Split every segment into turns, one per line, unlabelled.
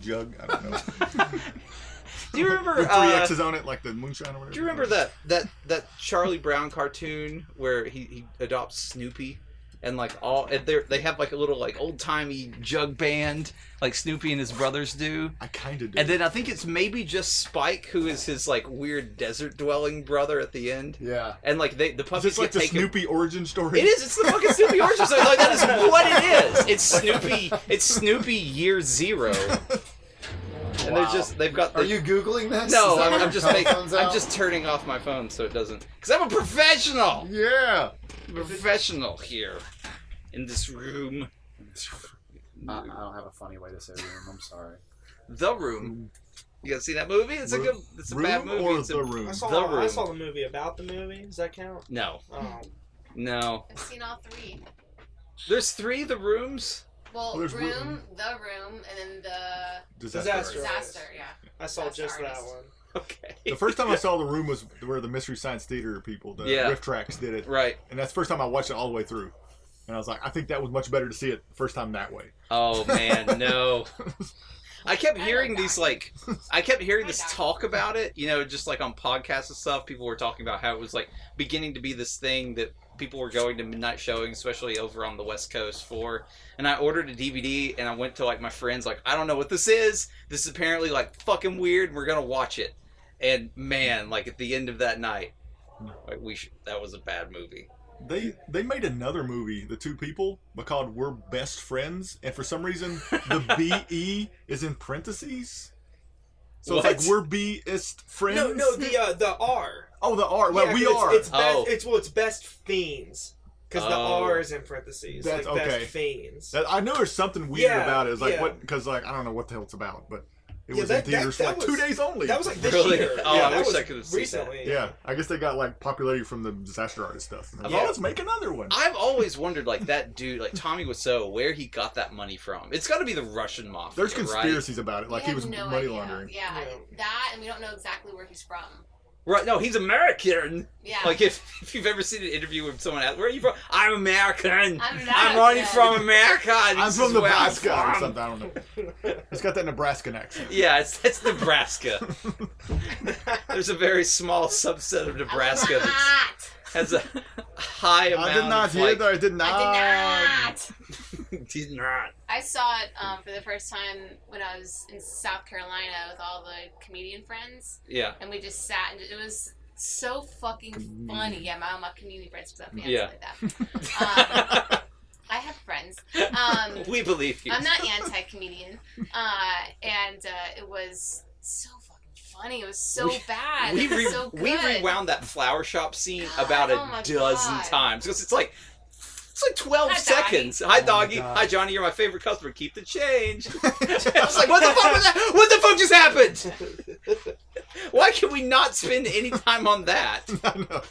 jug. I don't know.
Do you remember?
With three
uh,
X's on it, like the moonshine or whatever.
do you remember that that that Charlie Brown cartoon where he, he adopts Snoopy? And like all, and they they have like a little like old timey jug band, like Snoopy and his brothers do.
I kind of did.
And then I think it's maybe just Spike, who is his like weird desert dwelling brother at the end.
yeah.
And like they, the
Is
puppies
this like
get
the
taken.
Snoopy origin story?
It is. It's the fucking Snoopy origin story. Like that is what it is. It's Snoopy. It's Snoopy year zero. And they're
Wow.
just they've got. The,
Are you googling this? Is
No,
that what
I'm, I'm
your
just
phone
making,
phone's
I'm
out?
just turning off my phone so it doesn't. Because I'm a professional.
Yeah.
professional here in this room.
Uh,
I, I don't have a funny way to say room. I'm sorry.
The room. You guys see that movie? It's a
Room-
good. It's a
room
bad movie.
or
It's a-
the room?
I saw,
The
I
Room.
saw the movie about the movie. Does that count?
No,
Oh,
no.
I've seen all three.
There's three of the rooms.
Well,
Oh,
room,
there's room.
the room, and then the
Disaster.
Disaster.
Artist.
disaster. Yeah.
I saw
That's
just that
artist.
one.
Okay.
The first time I saw the room was where the Mystery Science Theater people, the
Yeah.
riff tracks, did it,
Right.
and that's the first time I watched it all the way through. And I was like, I think that was much better to see it the first time that way.
Oh man, no. I kept
I
hearing
like
these like I kept hearing
I
this
like that.
talk about it, you know, just like on podcasts and stuff, people were talking about how it was like beginning to be this thing that people were going to midnight showing, especially over on the West Coast for. And I ordered a DVD and I went to like my friends like, I don't know what this is. This is apparently like fucking weird. We're going to watch it. And man, like at the end of that night, like we sh- that was a bad movie.
They they made another movie, The Two People, but called We're Best Friends, and for some reason the B E is in parentheses. So
What?
it's like we're Best friends.
No, no, the uh, the R.
oh the R. Well,
Yeah,
we
'cause
are.
It's, it's best.
Oh.
It's well, it's best fiends because the
Oh.
R is in parentheses.
That's
like
okay.
best fiends.
That- I know there's something weird
Yeah,
about it. It's like
yeah.
what because like I don't know what the hell it's about, but it
Yeah,
was
that-
in
that-
theaters
that
for like two
was-
days only.
that was like this
Really?
year.
Oh,
yeah,
I
that
wish
was
I could've seen that.
recently.
Yeah, I guess they got like popularity from the disaster artist stuff. And they're like,
Yeah.
Oh, let's make another one.
I've always wondered, like that dude, like Tommy Wiseau, where he got that money from. It's got to be the Russian mafia.
There's
right?
conspiracies about it, like
we
he
have
was
no
money
idea.
laundering.
Yeah, I-
Yeah.
that, and we don't know exactly where he's from.
Right? No, he's American.
Yeah.
Like if, if you've ever seen an interview with someone else, where are you from? I'm American.
I'm not
I'm only
good.
from America. and
I'm
this
from
is where I'm
Nebraska or
from.
something. I don't know. It's got that Nebraskan accent.
Yeah, it's that's Nebraska. There's a very small subset of Nebraska
I did
that
not.
has a high amount.
I did not
of,
hear
like,
that. I did not.
I did not.
did not.
I saw it um, for the first time when I was in South Carolina with all the comedian friends,
Yeah.
and we just sat and it was so fucking funny. Yeah, my, my community friends because I have
Yeah.
like that. Um, I have friends. Um,
we believe you.
I'm not anti-comedian, uh, and uh, it was so fucking funny. It was so
We-
bad.
we,
it was
re-
so good.
we rewound that flower shop scene
God,
about
oh my
a dozen
God.
times because it's like it's like 12
Hi, Doggy.
seconds
Oh my
hi doggy
God.
hi johnny you're my favorite customer keep the change it's like what the fuck was that what the fuck just happened why can we not spend any time on that
I know.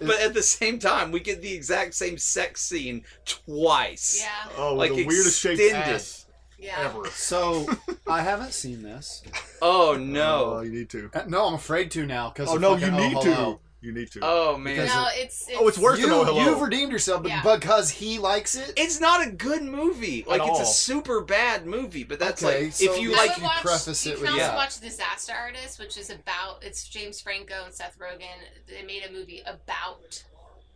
but at the same time we get the exact same sex scene twice
Yeah,
Oh,
Like
like the weirdest shaped
extended.
ass
yeah.
ever.
So I haven't seen this.
oh
Oh,
no
you need to.
Uh, No, I'm afraid to now. Cause
Oh
of
no, you
fucking-
need
oh,
to.
hello.
You need to.
oh man
Because-
No, it's, it's
Oh, it's worse
you,
than oh hello.
You've redeemed yourself, but
Yeah.
because he likes it.
it's not a good movie. Like it's a
all.
super bad movie, but that's
Okay,
like
so
if you
I
like
would you preface
you
it
can
with-
also
Yeah.
watch Disaster Artist, which is about it's James Franco and Seth Rogen. They made a movie about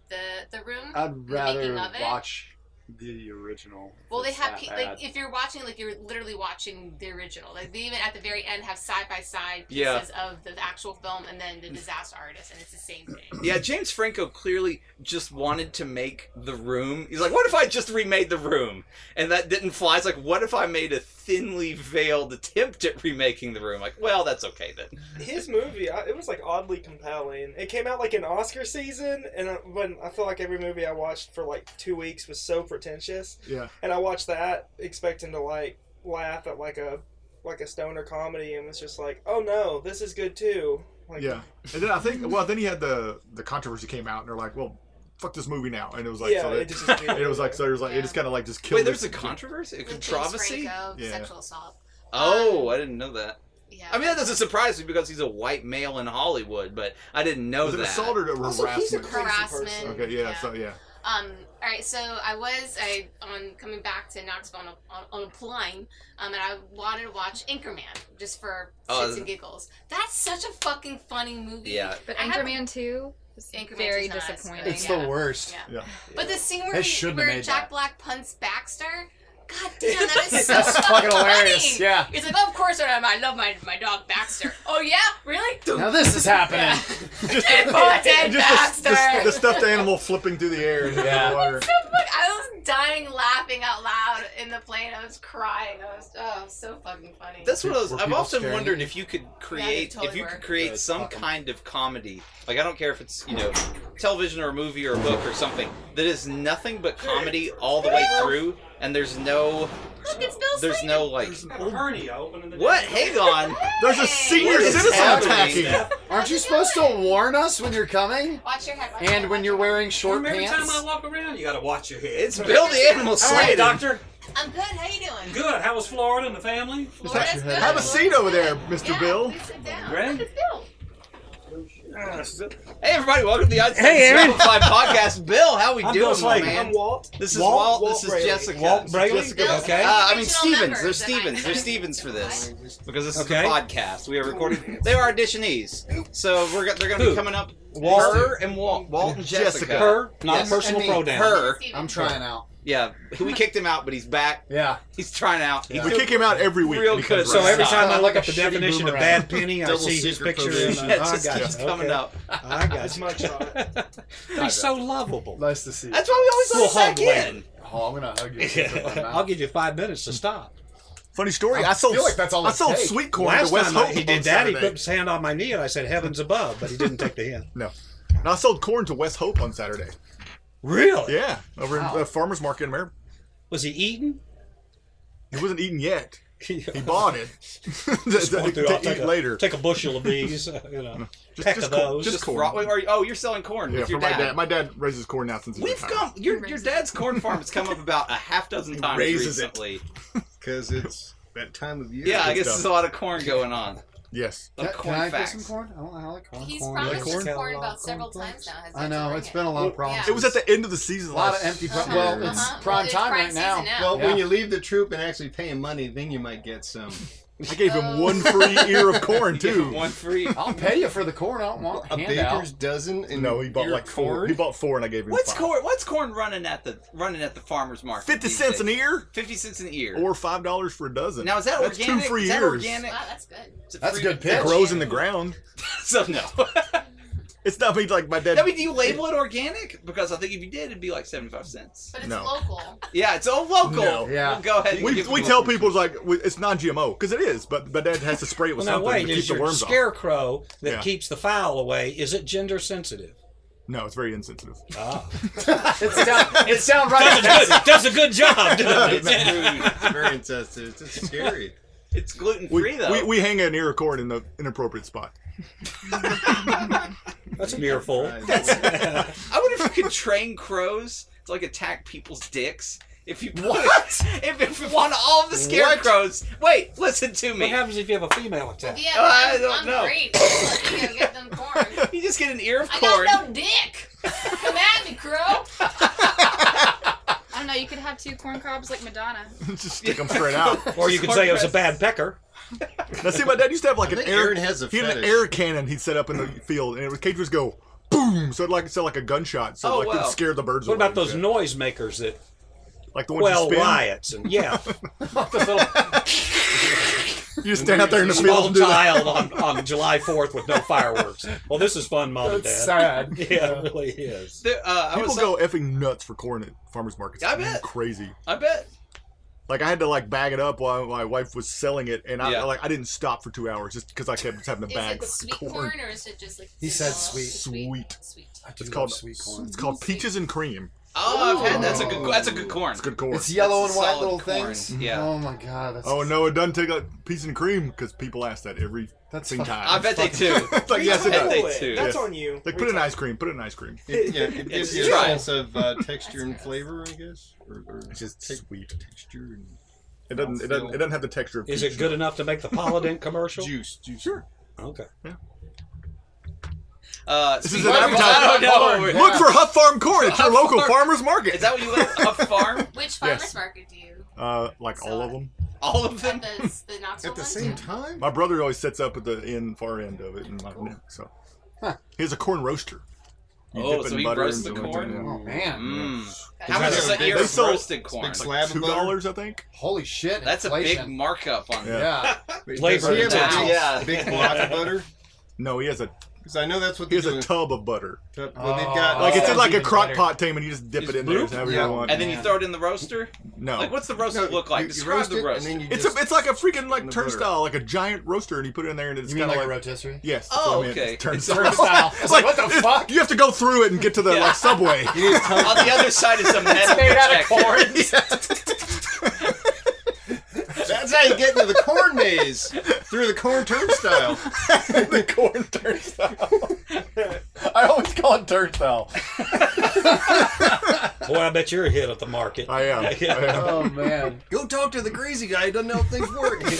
the the room.
Uh,
I'd
the
rather
making of it.
watch the original.
well, they
It's
have
that
pe-
bad.
like if you're watching like you're literally watching the original. Like they even at the very end have side by side
Yeah.
pieces of the actual film and then the Disaster Artist, and it's the same thing.
Yeah, James Franco clearly just wanted to make The Room. He's like, what if I just remade The Room? And that didn't fly. It's like, what if I made a thinly veiled attempt at remaking The Room? Like, well, that's okay then.
His movie, I, it was like oddly compelling. It came out like in Oscar season, and I, when I feel like every movie I watched for like two weeks was so pretentious,
yeah.
and I watched that expecting to like laugh at like a like a stoner comedy, and was just like, oh no, this is good too. Like,
Yeah, and then I think well, then he had the the controversy came out, and they're like, well, fuck this movie now, and it was like,
yeah,
so
it
it,
just
it was like, so it was like,
Yeah.
it just kind of like just killed.
Wait, there's a
it.
controversy? A
With James
controversy?
Franco, Um,
Yeah.
sexual assault.
Oh, I didn't know that.
Yeah.
I mean, that doesn't surprise me because he's a white male in Hollywood, but I didn't know
Was it
that.
assault or
Also, he's a
harassment?
crazy person.
harassment.
Okay, yeah, so yeah,
Um, All right, so I was I on coming back to Knoxville on, on, on a plane, um, and I wanted to watch Anchorman just for
Oh,
shits and giggles. That's such a fucking funny movie.
Yeah.
But
I haven't-
Anchorman 2 is
Anchorman
very
does not.
disappointing.
It's
It's
the Yeah.
the worst.
Yeah.
Yeah.
But the scene where,
They
he,
shouldn't have
where
made
Jack
that.
Black punts Baxter, god damn, that is so
That's fucking
funny.
hilarious. Yeah.
It's like, oh, of course I am. I love my, my dog Baxter. oh yeah, really?
Now this is happening.
Yeah.
Just,
Dead
just the, the,
bastard.
the stuffed animal flipping through the air. into the
Yeah.
water.
So fuck, I was dying laughing out loud in the plane. I was crying. I was oh, so fucking funny.
That's what I was,
Were
I've
people
often
staring
wondered
at you?
if you could create
totally
if you
were.
could create
Yeah,
some
fuck 'em.
kind of comedy. Like I don't care if it's you know television or a movie or a book or something that is nothing but comedy all the way through, and there's no
Look, it's Bill
there's
Slater.
no like
There's an
I have a
old-
hernia opening the
what
door.
hang on
There's a senior
What is
citizen
happening?
attacking.
Aren't you supposed to warn us when you're coming
Watch your head. watch your head,
and when you're
watch your head.
wearing short
Remember every time I
pants?
walk around, you gotta watch your head.
it's Bill the Animal
All right,
Slayer.
doctor.
I'm good. How you doing?
Good. How was Florida and the family?
Florida's good.
Have a
Florida's
seat over
good.
there, Mr.
Yeah,
Bill.
please sit down.
Greg?
Look, it's Bill.
Hey everybody, welcome to the Uncensored
Hey, Aaron.
Simplified podcast. Bill, how we
I'm Bill
doing, my
Slater.
man?
I'm Walt.
This is Walt.
Walt-
this
Walt
is
Braley.
Jessica.
Walt Braley?
Jessica.
Bill's
Okay.
got
Uh, I mean
original
Stevens.
members
There's
that I
Stevens.
know.
There's Stevens for this because this
Okay.
is a podcast. We are recording. They are auditionees, so we're go- they're going to be
Who?
coming up.
Walt?
her and Walt, Walt and Jessica.
Jessica.
Her, not
Yes,
personal
and me.
pronoun.
Her.
Stevens.
I'm trying out.
Yeah, we kicked him out, but he's back.
Yeah.
He's trying out. He's
Yeah.
We
doing-
kick him out every week.
Real
and he comes right
good. So
So every
back.
time I
Sound
look
like
up
a
the
shitty
definition of
boomerang.
bad penny, I
Double
see his
secret
picture.
probation.
And,
yeah,
I-
it
I
just
got
keeps
you.
coming
Okay.
up.
I got
It's
you.
my shot.
I
He's so lovable.
Nice to see you.
That's why we
Little
always let him
humble
back
lad.
in.
Oh, I'm gonna hug you. with my mouth.
I'll give you five minutes to stop.
Funny story.
I
I, sold.
feel like that's all
I
it
sold
takes.
sweet corn
Last
to West
time I-
Hope.
he
on
did that, he
Saturday.
put his hand on my knee, and I said, "Heavens above," but he didn't take the hint.
No. And I sold corn to West Hope on Saturday.
Really?
Yeah, over in the farmer's market in Maryland.
Was he eating?
He wasn't eating yet. He bought it to,
Just going
to-
through,
to
I'll take
eat
a-
later.
Take a bushel of these, uh, you know,
Just-
pack
just
of
corn-
those.
just corn.
Raw- wait, are you- oh, you're selling corn
yeah,
with
for
your
my
dad.
dad. My dad raises corn now since he's
We've
retired.
come. Your your dad's corn farm has come up about a half dozen times
Raises it.
recently.
because it's that time of year.
Yeah, I
good
guess
stuff.
there's a lot of corn going on.
Yes.
Of
Can-
corn
can I get
facts.
some corn? I don't I like corn.
He's
corn.
promised
corn.
us
corn?
corn about
Corn
several
flakes?
times now. Has
I
yet to
know
bring
it's been a long problem.
Yeah.
It was at the end of the season.
a lot of
last-
empty.
Uh-huh.
pro- Well, it's
Uh-huh.
prime
It's
time
prime
right now.
season now.
Well,
Yeah.
when you leave the troop and actually pay him money, then you might get some.
I gave him
Oh.
one free ear of corn
You
too.
get one free.
I'll pay you for the corn. I don't want
A baker's dozen. And
No, he bought like four. He bought four, and I gave him.
What's
five.
corn? What's corn running at the running at the farmer's market?
Fifty
these
cents
days?
an ear,
Fifty cents an ear.
or five dollars for a dozen.
now is that
That's
organic?
two free
is that
ears.
organic?
Wow, that's good.
It's free-
That's a good
It
pitch.
grows in the ground.
So no.
It's not me like my dad.
I mean, do you label it organic? Because I think if you did, it'd be like seventy-five cents.
But it's
No.
local.
Yeah, it's all local.
No.
Yeah.
Well, go ahead. and
we,
give
we
them
tell
a-
people it's like we- it's non-GMO because it is, but but dad has to spray it
Well,
with
now
something
wait,
to keep
is
the
your
worms off.
scarecrow that
Yeah.
keeps the fowl away? Is it gender sensitive?
No, it's very insensitive.
Ah,
It sound, it sound right.
does, a good, does a good job. doesn't
It's
it?
rude. It's very insensitive. It's scary.
It's gluten
We,
free though.
we, we hang an ear of corn in the inappropriate spot.
That's a miracle.
I wonder if you could train crows to like attack people's dicks. If you put,
What?
If, if you want all the scarecrows, wait, listen to
What
me.
happens if you have a female attack?
Yeah,
Oh, I
I'm-
don't
I'm
know.
great. Let me go get them corn.
You just get an ear of
I
corn.
got no dick. Come at me, crow.
I don't know, you could have two corn cobs like Madonna.
Just stick them straight out.
Or you could say it was a bad pecker.
Now, see, my dad used to have like
I
an
think
air.
Aaron has a
he had an
fetish.
air cannon he'd set up in the field, and it was cage would just go boom. So it like sounded like a gunshot. So
Oh,
like
wow.
it scared the birds.
What
away
about those
and shit.
noisemakers that
Like the ones
quell
you spin.
riots? And yeah,
You just stand out there in the field
small
and do that.
child on, on July Fourth with no fireworks. Well, this is fun, mom and
That's
dad.
sad.
Yeah, it really is.
There- uh, I
People
was
go effing nuts for corn at farmers markets.
I bet.
crazy.
I bet.
Like I had to like bag it up while my wife was selling it, and I
Yeah.
like I didn't stop for two hours just because I kept having to
Is
bag
it sweet corn. or is it just like?
He said
vanilla?
sweet.
Sweet.
Sweet.
I do
It's
love
called
sweet corn.
It's called peaches and cream.
Oh, I've had that's a good that's a good corn.
It's good corn.
It's yellow
That's
and white
solid
little
corn.
things.
Yeah.
Oh my god. That's,
oh no, it doesn't take a peach and cream because people ask that every
That's
single
fuck-
time.
I bet they do.
it's like yes, it
bet
does.
they
Cool it.
do.
That's
Yes.
on you.
Like put in ice cream. Put in ice cream.
It, yeah, it gives
It's
you
dry.
a sense of uh, texture and
gross.
flavor, I guess. Or, or
It's just
te-
sweet.
texture and
It doesn't. It doesn't. It doesn't have the texture of.
Is it
peach.
good enough to make the Polydent commercial?
juice. Juice.
Sure.
Okay.
Uh,
This is
speaking
an
of- I don't know.
Look for Huff Farm corn at your
Huff
local
Farm-
farmer's market.
Is that what you live a farm?
Which farmers
Yes.
market do you?
uh, like all of them.
All of them?
At the, the Knoxville
At the
one?
same time?
My brother always sets up at the end, far end of it, and like, so
Huh.
he has a corn roaster. You
Oh,
dip it
so
in
he
butter
roasts
and
the
do it.
corn?
Oh man!
Mm.
That's
How much
They
is that
sell-
year
they
of
sell-
roasted corn?
Big
Like
slab
two
of butter?
dollars, I think.
Holy shit!
That's a
inflation.
big markup on
Yeah.
that.
Yeah.
Wait,
Labor
does he have a
now.
big-
Yeah.
Big block of butter?
No, he has a
Because I know that's what
he
they
has
do.
a tub of butter.
in- well, they've got
Oh,
like it's in
that's
like a
even
crock
better.
pot thing, and you just dip
Just
it in there
bloop?
however
Yeah.
you want.
And then you
Yeah.
throw it in the roaster?
no,
Like, what's the roaster
No,
look like?
you- you
Describe
roast
the
it,
roast.
And then you
it's
just,
a it's like a freaking
in
like
the butter.
turnstile, like a giant roaster, and you put it in there, and it's
You mean
kind of
like
like,
a rotisserie?
yes. that's
Oh,
what I meant,
okay.
it's Turnstile.
Turnstile. It's like, what the
it's-
fuck?
You have to go through it and get to the like subway.
you need a tub.
on the other side is a metal
made out of
detector.
corn.
That's how you get into the corn maze through the corn turnstile.
the corn turnstile. I always call it turnstile.
Boy, I bet you're a hit at the market.
I am. I am.
Oh man.
Go talk to the greasy guy who doesn't know how things work.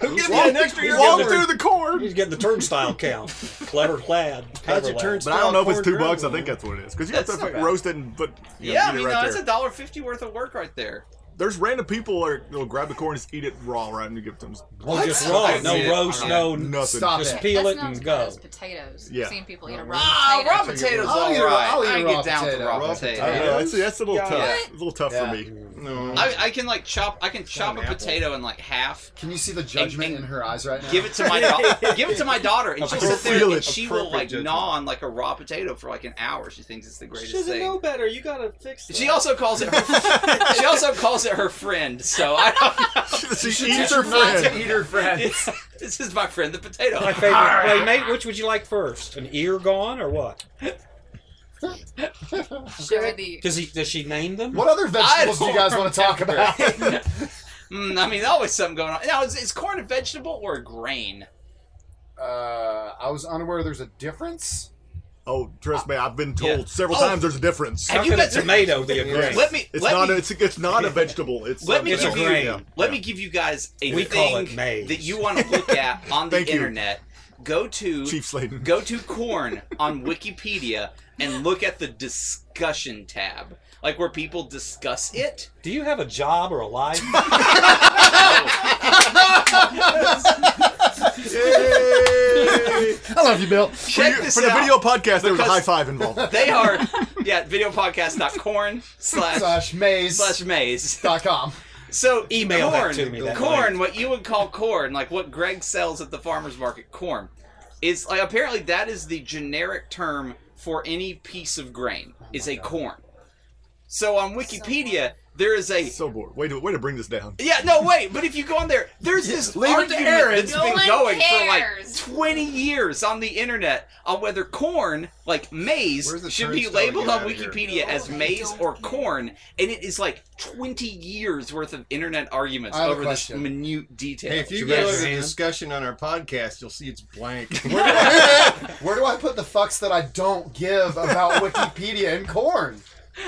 He'll give you an extra
He's
year
Walk
getting
through the corn.
He's getting the turnstile count. Clever lad. Clever
How's your
lad.
turnstile?
But I don't know if it's
corn
two bucks. I
dribbling?
think that's what it is. Because you have
That's
to
not bad.
roast it and put. You
Yeah,
know,
I
eat it
mean,
right
no,
there.
that's a dollar fifty worth of work right there.
There's random people that will grab the corn and just eat it raw, right? And you give it to them.
Well, just
I
raw.
mean,
No
it-
roast,
yeah.
no.
Nothing.
Oh, Stop
Just
it.
peel
That's
it
not as good
and go.
as potatoes.
Yeah.
I've seen people eat a
Ah, raw
raw potato.
potatoes,
I'll
all
eat a raw-
right.
I'll eat a
I
raw
get down with
potato.
raw
Raw
potato.
I don't know, that's, that's a little
Yeah.
tough.
Yeah.
It's a little tough
Yeah.
for me.
No.
I, I can like chop. I can chop a
an apple.
potato in like half.
Can you see the judgment in her eyes right now?
Give it to my daughter. give it to my daughter, and she'll sit there and
Appropriate-
she will like
appropriate judgment.
gnaw on like a raw potato for like an hour. She thinks it's the
She
greatest
doesn't know
thing.
better. You gotta fix that.
She also calls it. Her, she also calls it her friend. So I don't know.
she
Teach
eats
her
her
not to
friend.
eat her friend.
this is my friend, the potato.
My favorite playmate. Which would you like first? An ear gone or what?
Show her the
Does he? Does she name them?
What other vegetables do
don't
you guys want to talk about?
Mm, I mean, always something going on. Now, is, is corn a vegetable or a grain?
uh, I was unaware there's a difference.
Oh, trust me, I've been told
Yeah.
several
Oh.
times there's a difference.
How
Have you
can a
got your-
tomato be a grain?
Let me.
It's
let
not.
me,
a, it's, it's not a vegetable. It's
Let me
It's a
give you-
grain.
Yeah.
Let me give you guys a
We
thing
call it maize.
that you want to look at on the
Thank you.
internet. Go to
Chief Sladen.
go to corn on Wikipedia and look at the discussion tab, like where people discuss it.
Do you have a job or a life?
Yay!
I love you, Bill.
for
Check
you-
this
for the
out.
video podcast, there was a
Because-
high five involved.
They are yeah, videopodcast.corn slash
Slash maze.
slash maze.
dot com.
So
Email that
corn,
to me, that
corn, what you would call corn, like what Greg sells at the farmers market, corn, is like apparently that is the generic term for any piece of grain. is a corn. So on Wikipedia, there is a
So bored. Way to way to bring this down.
yeah, no, wait. But if you go on there, there's this
leave it to
argument
Aaron.
that's
No
been
one
going
cares.
for like 20 years on the internet on whether corn, like maize,
Where's the
should be
turnstile
labeled
to get
on
out of here?
Wikipedia
No,
as
I
maize
don't
or
care.
corn, and it is like 20 years worth of internet arguments
I have a
over this
question.
minute detail.
Hey, if you
Should
go
we
to
raise
the
your hand?
discussion on our podcast, you'll see it's blank.
Where do I put the fucks that I don't give about Wikipedia and corn?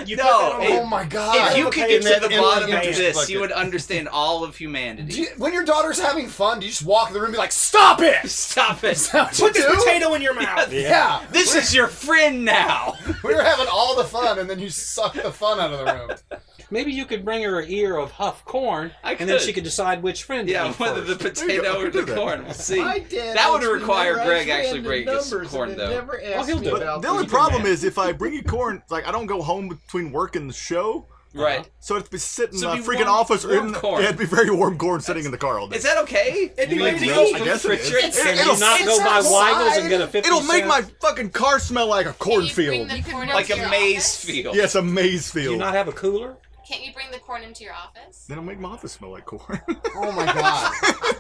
You
No,
put that on
it-
the-
oh my god.
if you
I
could get
have a
to the
page in
bottom
my
of
interest
this,
bucket.
you would understand all of
Do
humanity.
you- when your daughter's having fun, do you just walk in the room and be like, stop it?
Stop it.
put
You
this
do?
potato in your mouth.
Yeah.
This is your friend now.
We were having all the fun, and then you suck the fun out of the room.
Maybe you could bring her an ear of huff corn,
I
and then
could.
she could decide which friend. to
Yeah,
eat
whether the
first.
There you
potato
go.
or the
Do that.
corn. We'll see.
My dad
That would
asked me
require
where I
Greg
ran
actually
the
bringing us
numbers,
corn,
and
though.
They never asked
he'll
me
do it.
about
But the only
these
problem
men.
is if I bring you corn, like I don't go home between work and the show,
Right.
so it'd be sitting
So
in
it'd
my
be
freaking
warm-
office or
warm
in the,
corn.
yeah, it'd be very warm corn sitting in the car all day.
Is that okay?
It'd be
You
great
make
to
roast
eat.
I guess it is.
Refrigerate
It-
Can
it'll,
you not go by Weigels and get a fifty?
it'll make
cent?
my fucking car smell like a
Can you bring
cornfield.
the corn
Like
into
a
your
maize
office?
field.
Yes, a maize
Do you
field.
not have a cooler?
Can't you bring the corn into your office?
Then it'll make my office smell like corn.
Oh my god.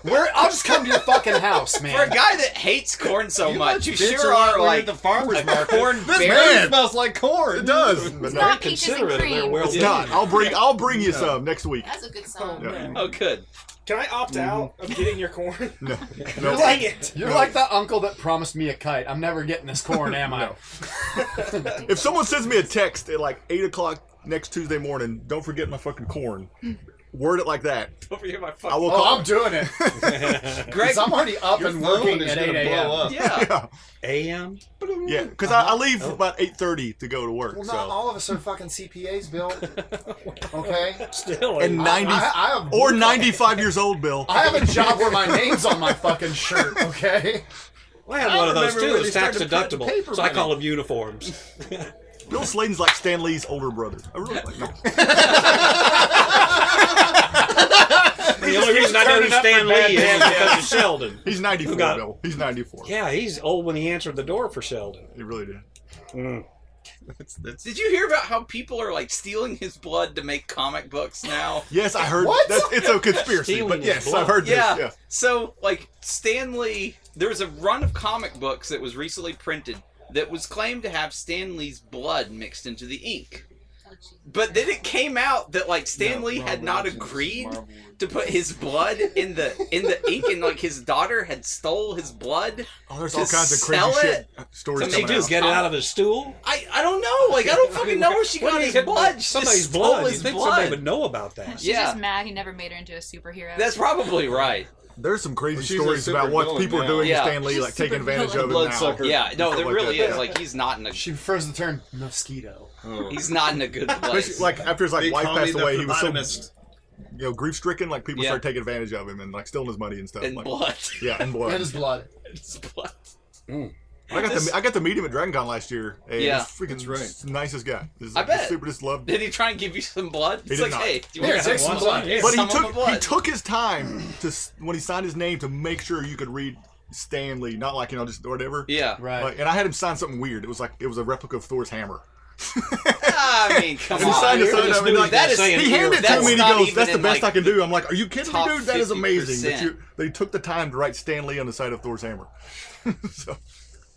Where I'll just come to your fucking house,
For a
man.
guy that hates corn so
You
much,
must
you
bitch
sure
a lot
are
when you're
like
at the farmer's
a
market.
corn
This
bear.
man smells like corn.
it does. But no,
not
Very
peaches and
considerate of their
cream.
well-
it's not. I'll bring. I'll bring you
No.
some next week.
That's a good song.
Yeah.
Oh, good.
Can I opt out of getting your corn?
No.
You're
No.
Dang
like,
it.
you're like that uncle that promised me a kite. I'm never getting this corn, am I?
If someone sends me a text at like eight o'clock next Tuesday morning, don't forget my fucking corn. Word it like that.
Don't forget my
I
fucking.
will
Oh,
call.
I'm doing it.
Greg.
'Cause I'm already up
Your
and
phone
working
is
at
gonna
8 a.m.
blow up.
Yeah.
Yeah,
AM.
yeah. Because I, I leave about eight thirty to go to work.
Well,
so.
not all of us are fucking CPAs, Bill. Okay?
Still.
And
I-
ninety
I, I, I have,
or ninety five years old, Bill.
I have a job where my name's on my fucking shirt, okay?
I had
I
one of those
remember
too.
when
It was
they
tax
started printing
deductible,
paper
so I call
money.
them uniforms.
Bill Sladen's like Stan Lee's older brother. I really like no.
the only reason I know who Stan Lee is because of Sheldon.
He's ninety four,
got-
Bill. He's ninety four.
Yeah, he's old when he answered the door for Sheldon.
He really did.
That's- that's- Did you hear about how people are like stealing his blood to make comic books now?
Yes, I heard.
What?
That's, it's a conspiracy,
Stealing
but
is
yes,
blood.
I've heard
Yeah.
this.
So, like, Stanley, there was a run of comic books that was recently printed that was claimed to have Stanley's blood mixed into the ink. But then it came out that like Stanley had not agreed to put his blood in the in the ink, and like his daughter had stole his blood.
Oh, there's
To
all kinds of crazy
sell
shit stories
What'd she
coming
do?
out.
Get it out of his stool?
I I don't know. Like I don't fucking know where she
What do
got
you
his
get-
blood. She
Somebody's
just stole
blood. You
his
think
blood.
somebody would know about that?
She's
Yeah.
just mad he never made her into a superhero.
That's probably right.
There's some crazy
Well, she's a
stories about
super
what
villain
people are
now.
doing
Yeah.
to Stan Lee,
She's a
like taking
super
advantage
villain.
of it now.
Bloodsucker. Yeah, no,
Stuff
there
like
really
that,
is.
yeah.
Like he's not in a
She prefers the term mosquito.
he's not in a good
Especially,
place.
like after his like
They
wife
call me
passed
the
away, he was so
phlebotomist.
you know grief stricken. Like people
Yeah.
started taking advantage of him and like stealing his money and stuff.
and
like,
blood.
Yeah, and blood.
And his blood.
It's blood.
I got to I got to meet him at DragonCon last year. And
Yeah.
he's freaking
That's right.
nicest guy. He's
I
like, he's
bet.
super just loved.
Did he try and give you some blood?
He
It's
did
like,
not.
hey, do you
Here,
want
take some
some
blood.
Yeah.
But he
some of
took
the blood.
he took his time to s- when he signed his name to make sure you could read Stanley, not like you know just whatever.
Yeah.
Right.
Like, and I had him sign something weird. It was like it was a replica of Thor's hammer.
I mean, come
And he signed
on.
his
you're
son
just
up and
doing
like,
that
just
is-
saying
He
here.
handed it to
That's
me and he
not
goes,
even
"That's the
in,
best
like,
I can do." I'm like, "Are you kidding me,
top
dude? That is amazing that
50%.
you they took the time to write Stanley on the side of Thor's hammer." so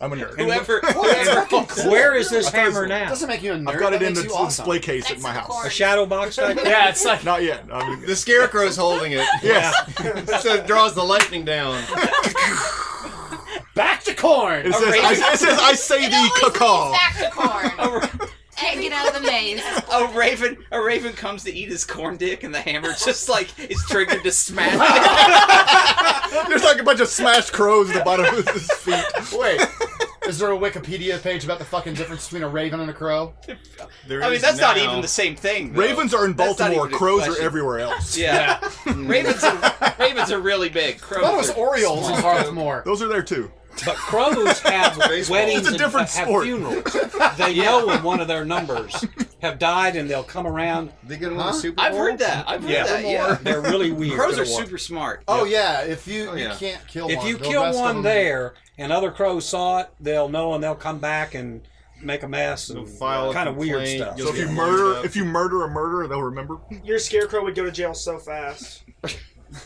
I'm a nerd.
Whoever,
That's
whoever.
fucking cool.
Where is this
I thought it was-
hammer now?
doesn't make you a nerd.
I've got
that
it in
makes
the
you awesome.
display case at
That's
my
some
house.
corn.
A shadow box type thing?
Yeah, it's like
Not yet. I mean, this, this, is scarecrow's holding it. Yes.
so it draws the lightning down.
back to corn.
It says, I, it says, I say
It
thee,
always leads
cacaw.
back to corn.
A,
Can't get out of the maze.
a raven, a raven comes to eat his corn dick, and the hammer just like is triggered to smash.
There's like a bunch of smashed crows at the bottom of his feet.
Wait, is there a Wikipedia page about the fucking difference between a raven and a crow?
it. I mean, that's not even the same thing. though.
Ravens are in
That's not
Baltimore.
even a
Crows are
question.
everywhere else.
Yeah, ravens. Are, ravens are really big. Crows.
That was
are-
Orioles in Dartmoor.
Those are there too.
But crows have weddings
It's a
and
different
have
sport.
funerals. They know when one of their numbers have died, and they'll come around.
They get a little Super
I've
Bowl?
heard that. I've heard
Yeah.
that. Yeah.
They're really weird.
Crows are
They're wa-
super smart.
Oh yeah, if you,
Oh,
you
yeah.
can't kill
If
one,
you
the
kill
rest of
one
them-
there and other crows saw it, they'll know and they'll come back and make a mess and
file a
kind of weird
complaint.
stuff.
So if
Yeah.
you murder, if you murder a murderer, they'll remember.
Your scarecrow would go to jail so fast.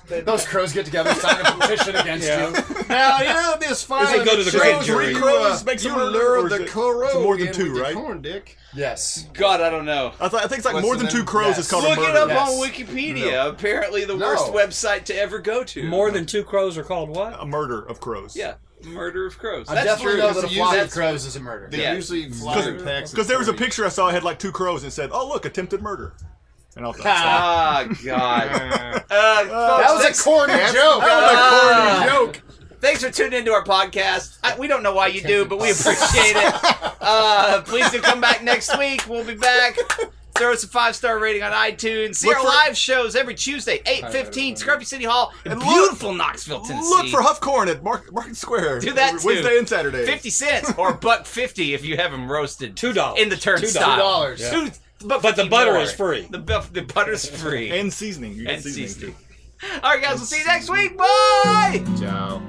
They'd-
Those crows get together, sign a petition against
Yeah.
you.
Now you know this
fine go to the shows grand jury.
you,
you,
Crows
uh,
makes
you
a murderer, or
lure
is
the
it-
crow
it's more than
in
two,
with the
right?
Corn dick.
Yes.
God, I don't know.
I, th- I think it's like
What's
more
the
than two
name?
crows
Yes.
is called
Look
a murder.
it up
Yes.
on Wikipedia. Apparently, the
No.
worst website to ever go to.
More than two crows are called what?
Oh.
A murder of crows.
Yeah, murder of crows.
I
That's
definitely
true.
know that a
That's
flock of
used-
crows is a murder.
They
Yeah.
usually fly in packs. of
Because there was a
30.
picture I saw. It had like two crows and said, "Oh look, attempted murder." And I was like,
Ha.
Ah, God. uh, folks,
That was Ah. a
thanks,
corny joke.
That was a
corny joke.
thanks for tuning into our podcast. I, we don't know why you do, but we appreciate it. Uh, please do come back next week. We'll be back. Throw us a five star rating on iTunes. See
Look
our
for-
live shows every Tuesday, eight fifteen, Scruffy City Hall, in
And look-
beautiful Knoxville, Tennessee.
Look for Huff Corn at Market, Market Square.
Do that, too.
Wednesday and Saturday.
fifty cents or a buck fifty if you have them roasted
Two dollars.
in the turnstile.
Two dollars.
Yeah.
Dude,
But the butter
more.
is free.
The, buff, the butter's free.
And seasoning. You get
And
seasoning,
seasoning.
too.
All right, guys, we'll see you next week. Bye.
Ciao.